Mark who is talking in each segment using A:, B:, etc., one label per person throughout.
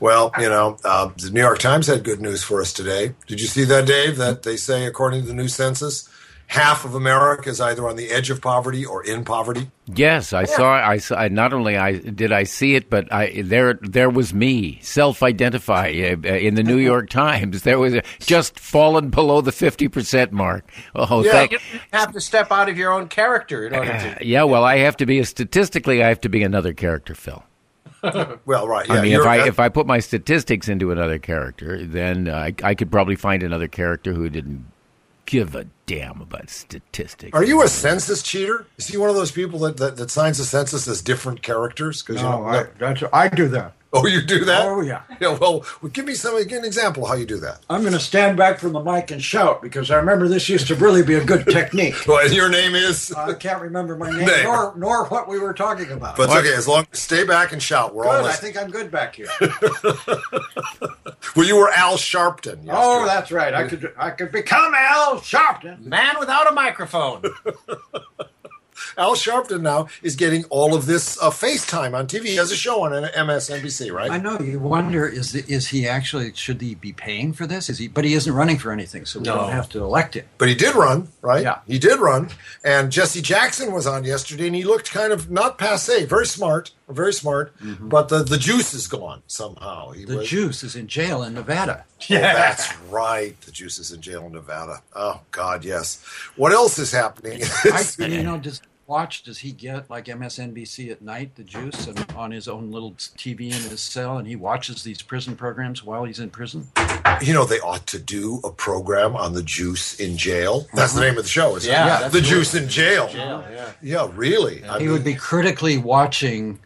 A: Well, you know, uh, the New York Times had good news for us today. Did you see that, Dave? That they say, according to the new census, half of America is either on the edge of poverty or in poverty.
B: Yes, I saw. I saw. I- Not only I did I see it, but I there there was me self-identify uh, uh, in the
A: Uh-huh.
B: New York Times. There was a, just fallen below the fifty percent mark. Oh,
A: Yeah.
B: thank.
C: You have to step out of your own character in order to.
B: Yeah, well, I have to be a statistically. I have to be another character, Phil.
A: Well, right. Yeah,
B: I mean, if
A: you're-
B: I if I put my statistics into another character, then uh, I I could probably find another character who didn't give a damn about statistics.
A: are you a census cheater? Is he one of those people that, that, that signs the census as different characters? Because you
D: No,
A: know,
D: I, that's, I do that.
A: oh, you do that?
D: Oh, yeah.
A: Yeah. Well, give me some. Give an example of how you do that.
D: I'm going to stand back from the mic and shout because I remember this used to really be a good technique.
A: Well, your name is.
D: I can't remember my name
A: Name.
D: nor, nor what we were talking about.
A: But it's okay, as long stay back and shout. We're all
D: good, I
A: listening.
D: think I'm good back here.
A: Well, you were Al Sharpton.
D: oh,
A: yesterday.
D: that's right. I could I could become Al Sharpton.
C: Man without a microphone.
A: Al Sharpton now is getting all of this uh, FaceTime on TV. He has a show on MSNBC, right?
E: I know you wonder is is he actually should he be paying for this? Is he? But he isn't running for anything, so we
C: No.
E: don't have to elect him.
A: But he did run, right?
E: Yeah.
A: He did run. And Jesse Jackson was on yesterday, and he looked kind of not passe, very smart, very smart. But the, the juice is gone somehow. He
E: The
A: was, Oh,
E: Juice is in jail in Nevada.
A: That's right. The juice is in jail in Nevada. Oh, God, yes. What else is happening?
E: I, you know, does watch? Does he get like MSNBC at night? The Juice and on his own little TV in his cell, and he watches these prison programs while he's in prison.
A: you know, they ought to do a program on the juice in jail. That's the name of the show, isn't
C: Yeah,
A: it?
C: that's
A: The
C: what-
A: juice in jail.
C: Oh, yeah.
A: Yeah, really. I
E: He
A: mean-
E: would be critically watching.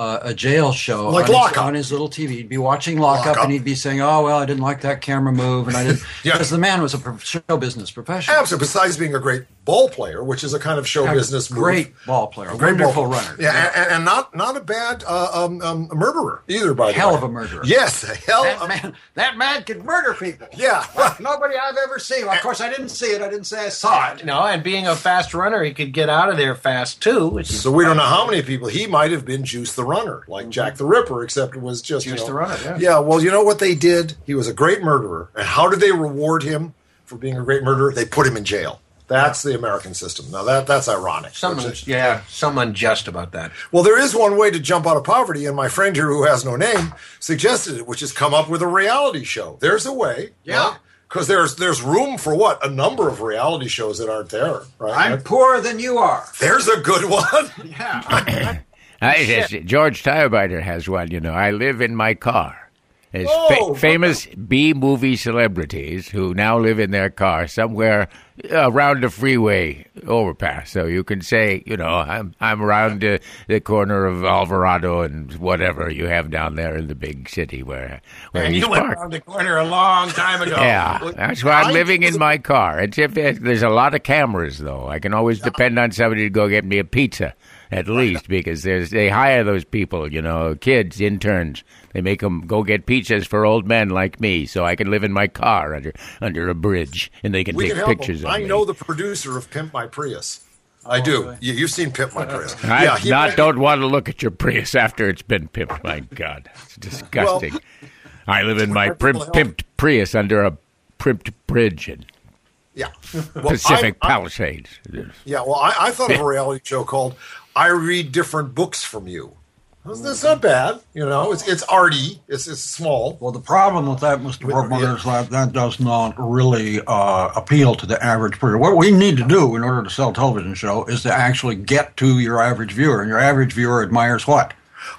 E: Uh, a jail show on,
A: Like
E: his,
A: Lockup.
E: on his little TV. He'd be watching Lock,
A: Lockup.
E: Up, and he'd be saying, "Oh well, I didn't like that camera move," and I didn't
A: Yeah.
E: because the man was a pro- show business professional.
A: Absolutely. Besides being a great ball player, which is a kind of show
E: A
A: business move.
E: great ball player, a
A: Great ball-
E: wonderful runner,
A: Yeah, and- and, and not not a bad uh, um, um, murderer either. By the
E: hell
A: way.
E: of a murderer.
A: Yes, a hell.
D: That
C: Oh,
A: of,
D: man, that man could murder people.
A: Yeah.
D: Like nobody I've ever seen. Well, of course, I didn't see it. I didn't say I saw it.
C: No, and being a fast runner, he could get out of there fast too, which is
A: So we don't know how many people he might have been. Juice the Runner, like Jack the Ripper, except it was just you
C: Juice
A: know-
C: the Runner, yeah.
A: Well, you know what they did? He was a great murderer, and how did they reward him for being a great murderer? They put him in jail. That's the American system. Now that that's ironic.
C: something. Yeah, some unjust about that.
A: Well, there is one way to jump out of poverty, and my friend here who has no name suggested it, which is come up with a reality show. There's a way.
D: Yeah.
A: Because there's there's room for what? A number of reality shows that aren't there, right?
D: I'm poorer than you are.
A: there's a good one.
B: I, yes, George Steinbrenner has one. You know, I live in my car. It's
A: Oh!
B: fa- famous B movie celebrities who now live in their car somewhere around the freeway overpass. So you can say, you know, I'm I'm around uh, the corner of Alvarado and whatever you have down there in the big city where where
C: And
B: he's
C: you went
B: parked.
C: around the corner a long time ago.
B: Yeah, that's why
A: Oh, I-
B: I'm living in my car. It's if it, there's a lot of cameras though. I can always depend on somebody to go get me a pizza at least because there's they hire those people, you know, kids, interns. They make them go get pizzas for old men like me, so I can live in my car under under a bridge and they can
A: We
B: take
A: can help 'em.
B: pictures. of
A: I
B: me.
A: know the producer of Pimp My Prius.
D: Oh,
A: I do. You, you've seen Pimp My Prius.
B: I
A: he
B: not
A: might-
B: don't want to look at your Prius after it's been pimped. My God, it's disgusting. I live in my
A: Well,
B: prim,
A: well,
B: pimped Prius under a primped bridge in
A: Yeah. Well, I'm-
B: Pacific
A: I'm-
B: Palisades.
A: Yeah, well, I, I thought of a reality show called "I Read Different Books from You." That's, that's not bad, you know. It's it's arty. It's it's small.
D: Well, the problem with that, Mr. Workman, is that that does not really uh, appeal to the average person. What we need to do in order to sell a television show is to actually get to your average viewer, and your average viewer admires what?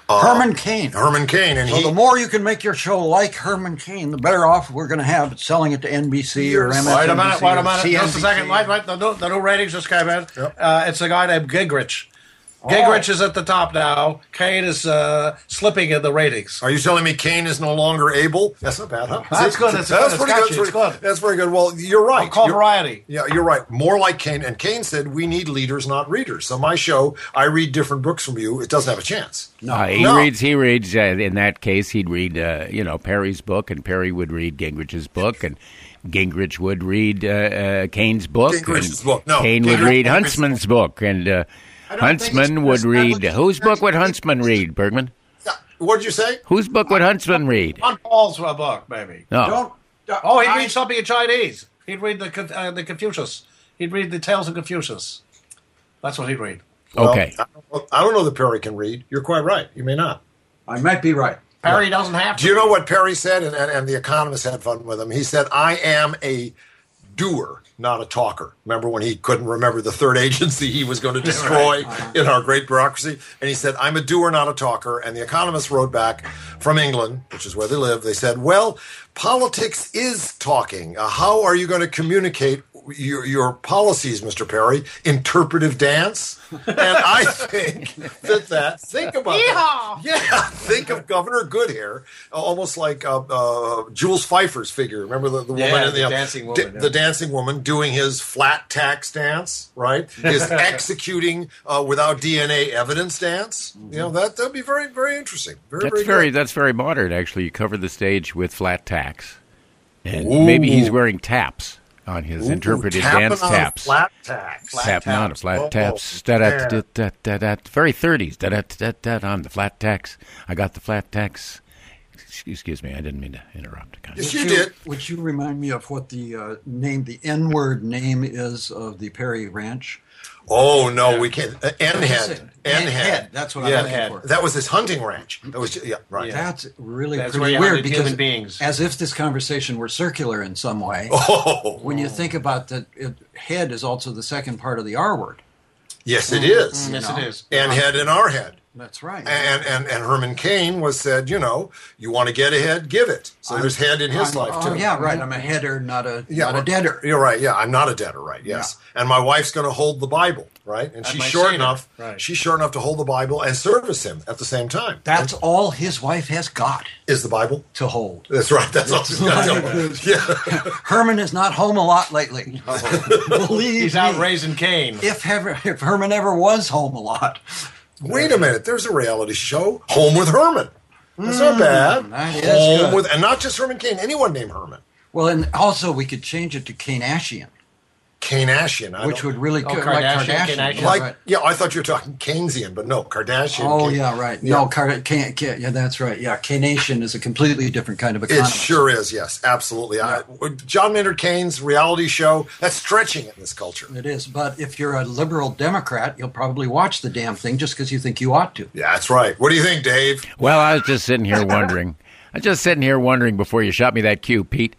C: Uh,
D: Herman Cain.
A: Herman Cain, and
D: So
A: he
D: the more you can make your show like Herman Cain, the better off we're going to have at selling it to NBC or MSNBC.
C: Wait a minute, wait a minute.
D: or
C: Just a second.
D: CNBC.
C: Wait, wait. The new, the new ratings just came in.
A: Yep.
C: Uh, it's a guy named Gingrich.
D: Oh.
C: Gingrich is at the top now. Kane is uh, slipping in the ratings.
A: Are you telling me Kane is no longer able? That's not bad, huh?
C: That's good, that's
A: that's
C: good,
A: pretty good. That's
C: it's got you, it's
A: pretty-
C: good.
A: That's very good. Well, you're right.
C: I'll call
A: You're-
C: variety.
A: Yeah, you're right. More like Kane. And Kane said, "We need leaders, not readers." So my show, I read different books from you. It doesn't have a chance.
B: Uh, he
A: No.
B: reads. He reads. Uh, in that case, he'd read, uh, you know, Perry's book, and Perry would read Gingrich's book, and Gingrich would read uh, uh, Kane's book.
A: Gingrich's
B: and
A: book. No,
B: Kane would
A: Gingrich-
B: read
A: Gingrich's
B: Huntsman's book, and uh,
D: don't think it's
B: Huntsman would
D: established
B: read. Whose book would Huntsman read? Bergman.
A: Yeah. What'd you say?
B: Whose book would Huntsman read?
C: Ron Paul's a book, maybe.
B: No.
D: Don't. don't-
C: Oh, he'd
D: I-
C: read something in Chinese. He'd read the Con- uh, the Confucius. He'd read the Tales of Confucius. That's what he'd read.
A: Well,
B: Okay.
A: I don't, I don't know that Perry can read. You're quite right. You may not.
D: I might be right.
C: Perry doesn't have to.
A: Do you know what Perry said? And, and, and the economist had fun with him. He said, I am a doer, not a talker. Remember when he couldn't remember the third agency he was going to destroy in our great bureaucracy? And he said, I'm a doer, not a talker. And the economist wrote back from England, which is where they live. They said, Well, politics is talking. Uh, how are you going to communicate your, your policies, Mr. Perry? Interpretive dance? And I think that that, think about that. Yeah, think of Governor Goodhair, almost like uh, uh, Jules Pfeiffer's figure. Remember the, the woman
F: Yeah,
A: in
F: the dancing woman,
A: da-
F: yeah.
A: the dancing woman doing his flat tax dance, right? His executing uh, without DNA evidence dance. You know that that'd be very very interesting. Very
B: That's
A: very,
B: very
A: good.
B: that's very modern. Actually, you cover the stage with flat tacks, and maybe he's weering taps on his interpretive
A: Ooh, tapping
B: dance
A: on
B: taps.
A: Flat tax.
B: Tap on a flat
A: Oh,
B: taps. Da da
A: yeah.
B: da da da da. Very thirties. Da da da da da. On the flat tax. I got the flat tax. Excuse- Excuse me. I didn't mean to interrupt.
A: Yes, you did.
D: Would you remind me of what the uh, name, the N-word name is of the Perry Ranch?
A: Oh no, we can't. Uh, N head.
D: it?
A: N
D: N-head,
A: head.
D: that's what I'm looking for.
A: That was his hunting ranch. That was yeah right.
D: That's really
F: That's where
D: pretty
F: you
D: weird
F: hunted
D: because
F: human beings.
D: as if this conversation were circular in some way.
A: Oh
D: When you think about that, it, head is also the second part of the R word.
A: yes, it is.
D: Mm-hmm.
C: Yes, it is.
A: N head and our head.
D: That's right.
A: And, and and Herman Cain was said, you know, you want to get ahead, give it. So there's head in his
D: I'm-
A: life
D: oh,
A: too.
D: yeah, right. I'm a header, not a
A: Yeah,
D: not a debtor.
A: You're right. Yeah, I'm not a debtor, right? Yes. And my wife's going to hold the Bible, right? And she's
C: my
A: short
C: Seder,
A: enough.
C: right.
A: She's short enough to hold the Bible and service him at the same time.
D: That's all his wife has got
A: is the Bible.
D: to hold.
A: That's right. That's all. she's got to- yeah.
D: Herman is not home a lot lately. Believe
C: He's out
D: me,
C: raising Cain.
D: If ever, if Herman ever was home a lot,
A: Wait a minute. There's a reality show, Home with Herman. That's not bad.
D: Mm, that is
A: Home
D: good.
A: with, and not just Herman Cain. Anyone named Herman.
D: well, and also we could change it to Kanashian,
A: Kainashian. I
D: which
A: don't-
D: would really
F: Oh,
D: good,
F: Kardashian,
D: like Kardashian.
F: Kanashian.
D: yeah,
A: like
D: right.
A: yeah. I thought you were talking Keynesian, but no, Kardashian.
D: Oh
A: Keyn-
D: yeah, right. No, Card- can, can, yeah, that's right. Yeah, Kanation is a completely different kind of
A: It
D: economy.
A: sure is, yes, absolutely. I, John Maynard Keynes' reality show, that's stretching it in this culture.
D: It is, but if you're a liberal Democrat, you'll probably watch the damn thing just because you think you ought to.
A: Yeah, that's right. What do you think, Dave?
B: Well, I was just sitting here wondering. I was just sitting here wondering before you shot me that cue, Pete.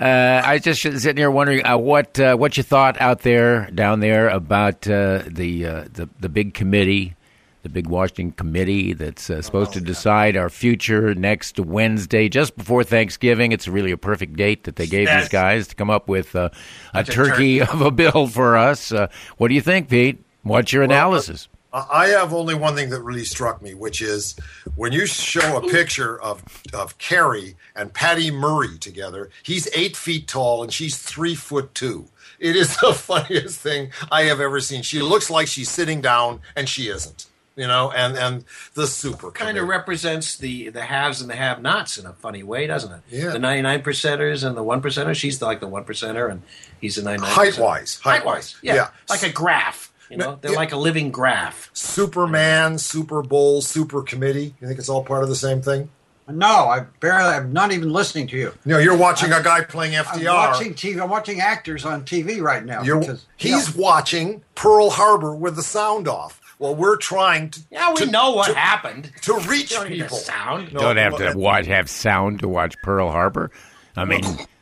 B: Uh, I was just sitting here wondering uh, what uh, what you thought out there down there about uh, the, uh, the the big committee, the big Washington committee that's uh, supposed to decide our future next Wednesday, just before Thanksgiving. It's really a perfect date that they gave these
F: Yes.
B: guys to come up with uh, a turkey of a bill for us. Uh, what do you think, Pete? What's your analysis?
A: I I have only one thing that really struck me, which is when you show a picture of of Carrie and Patty Murray together. He's eight feet tall and she's three foot two. It is the funniest thing I have ever seen. She looks like she's sitting down and she isn't. You know, and and the super
C: kind of represents the the haves and the have nots in a funny way, doesn't it?
A: Yeah.
C: The ninety nine percenters and the one percenter. She's like the one percenter, and he's the ninety nine.
A: height wise, height wise,
C: yeah. Like a graph. You know, they're
A: yeah.
C: like a living graph.
A: Superman, Super Bowl, Super Committee. You think it's all part of the same thing?
D: No, I barely. I'm not even listening to you.
A: You know, you're watching a guy playing
D: I'm
A: FDR.
D: watching TV. I'm watching actors on TV right now.
A: You're-
D: because, you
A: he's
D: know,
A: watching Pearl Harbor with the sound off. Well, we're trying to
C: Yeah, we
A: to,
C: know what
A: to,
C: happened.
A: to reach
C: Don't need the
A: people.
C: sound.
A: No,
B: don't have
A: well,
B: to watch have sound to watch Pearl Harbor. I mean,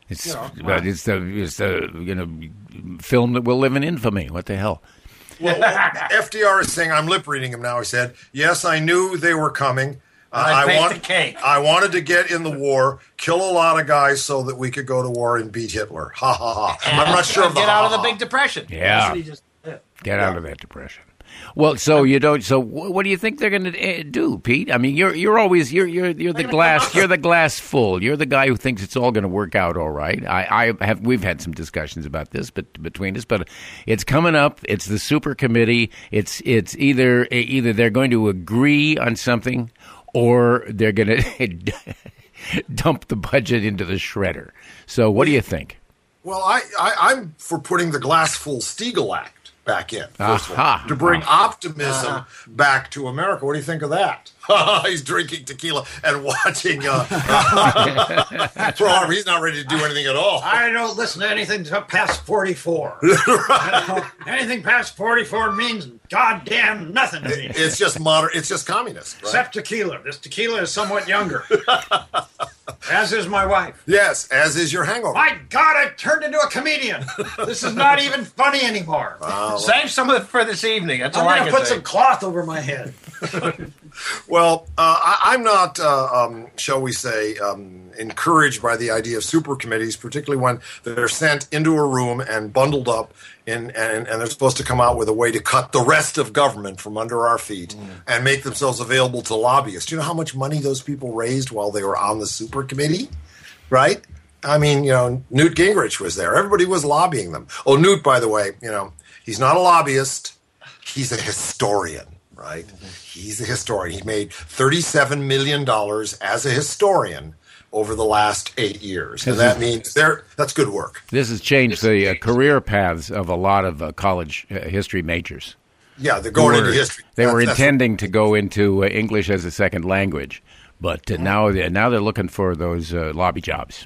B: it's but it's the it's the you know film that will live in infamy. What the hell?
A: well, well, FDR is saying, "I'm lip reading him now." He said, "Yes, I knew they were coming. Uh,
C: I baked
A: want-
C: the cake."
A: I wanted to get in the war, kill a lot of guys, so that we could go to war and beat Hitler." Ha ha ha! I'm not sure. of
C: Get out of the
A: ha, ha,
C: Big Depression.
B: Yeah, get out of that depression. Well, so you don't. So wh- what do you think they're going to uh, do, Pete? I mean, you're you're always you're you're you're the glass you're the glass full. You're the guy who thinks it's all going to work out all right. I, I have we've had some discussions about this, but between us, but it's coming up. It's the super committee. It's it's either eh, either they're going to agree on something, or they're going to dump the budget into the shredder. So what do you think?
A: Well, I, I I'm for putting the glass full Stiegel Act. back in. first of all,
B: Aha.
A: to bring optimism back to America. What do you think of that? He's drinking tequila and watching. Uh, throw arm. He's not ready to do anything at all.
F: I don't listen to anything to past 44. anything past 44 means goddamn nothing to me.
A: It's just modern. It's just communist. Right?
F: Except tequila. This tequila is somewhat younger. As is my wife.
A: yes, as is your hangover.
F: My God, I turned into a comedian. This is not even funny anymore.
C: Save some of it for this evening. That's all
F: I'm
C: I
F: going
C: can
F: to put
C: say.
F: some cloth over my head.
A: Well, uh, I, I'm not, uh, um, shall we say, um, encouraged by the idea of super committees, particularly when they're sent into a room and bundled up, in, and, and they're supposed to come out with a way to cut the rest of government from under our feet and make themselves available to lobbyists. You know how much money those people raised while they were on the super committee, right? I mean, you know, Newt Gingrich was there. Everybody was lobbying them. Oh, Newt, by the way, you know, he's not a lobbyist he's a historian, right? He's a historian. He made $37 million as a historian over the last eight years. And that means there that's good work.
B: This has changed the uh, career paths of a lot of uh, college uh, history majors.
A: Yeah, they're going into
B: were-
A: history.
B: They were
A: That's- that's-
B: intending to go into uh, English as a second language, but uh, now they're, now they're looking for those uh, lobby jobs.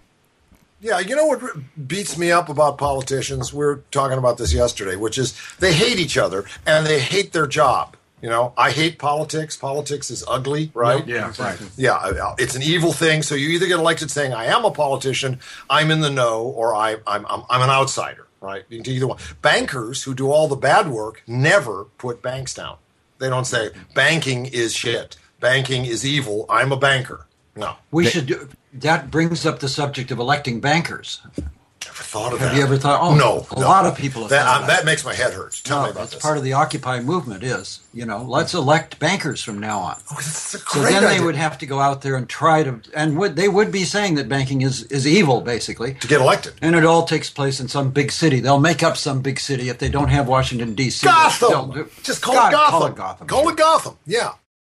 A: Yeah, you know what beats me up about politicians? We were talking about this yesterday, which is they hate each other and they hate their job. You know, I hate politics. Politics is ugly, right?
D: Yeah, right.
A: Yeah, I- I- it's an evil thing. So you either get elected saying I am a politician, I'm in the know, or I, I'm, I'm I'm an outsider, right? You can do either one. Bankers who do all the bad work never put banks down. They don't say banking is shit, banking is evil. I'm a banker. No,
E: We should do that. Brings up the subject of electing bankers.
A: never thought of that.
E: Have you ever thought? Oh,
A: no,
E: a
A: no.
E: lot of people have
A: that
E: thought
A: uh,
E: about
A: that makes my head hurt. Tell me
E: No,
A: about
E: that's
A: this.
E: part of the Occupy movement. Is you know, let's elect bankers from now on.
A: It's
E: So
A: a great
E: then they
A: idea
E: would have to go out there and try to, and would they would be saying that banking is is evil basically,
A: to get elected.
E: and it all takes place in some big city. They'll make up some big city if they don't have Washington D.C. they'll-
A: Gotham.
E: they'll do-
A: Just call
E: God,
A: it Gotham.
E: Call it Gotham.
A: Call it Gotham. Yeah.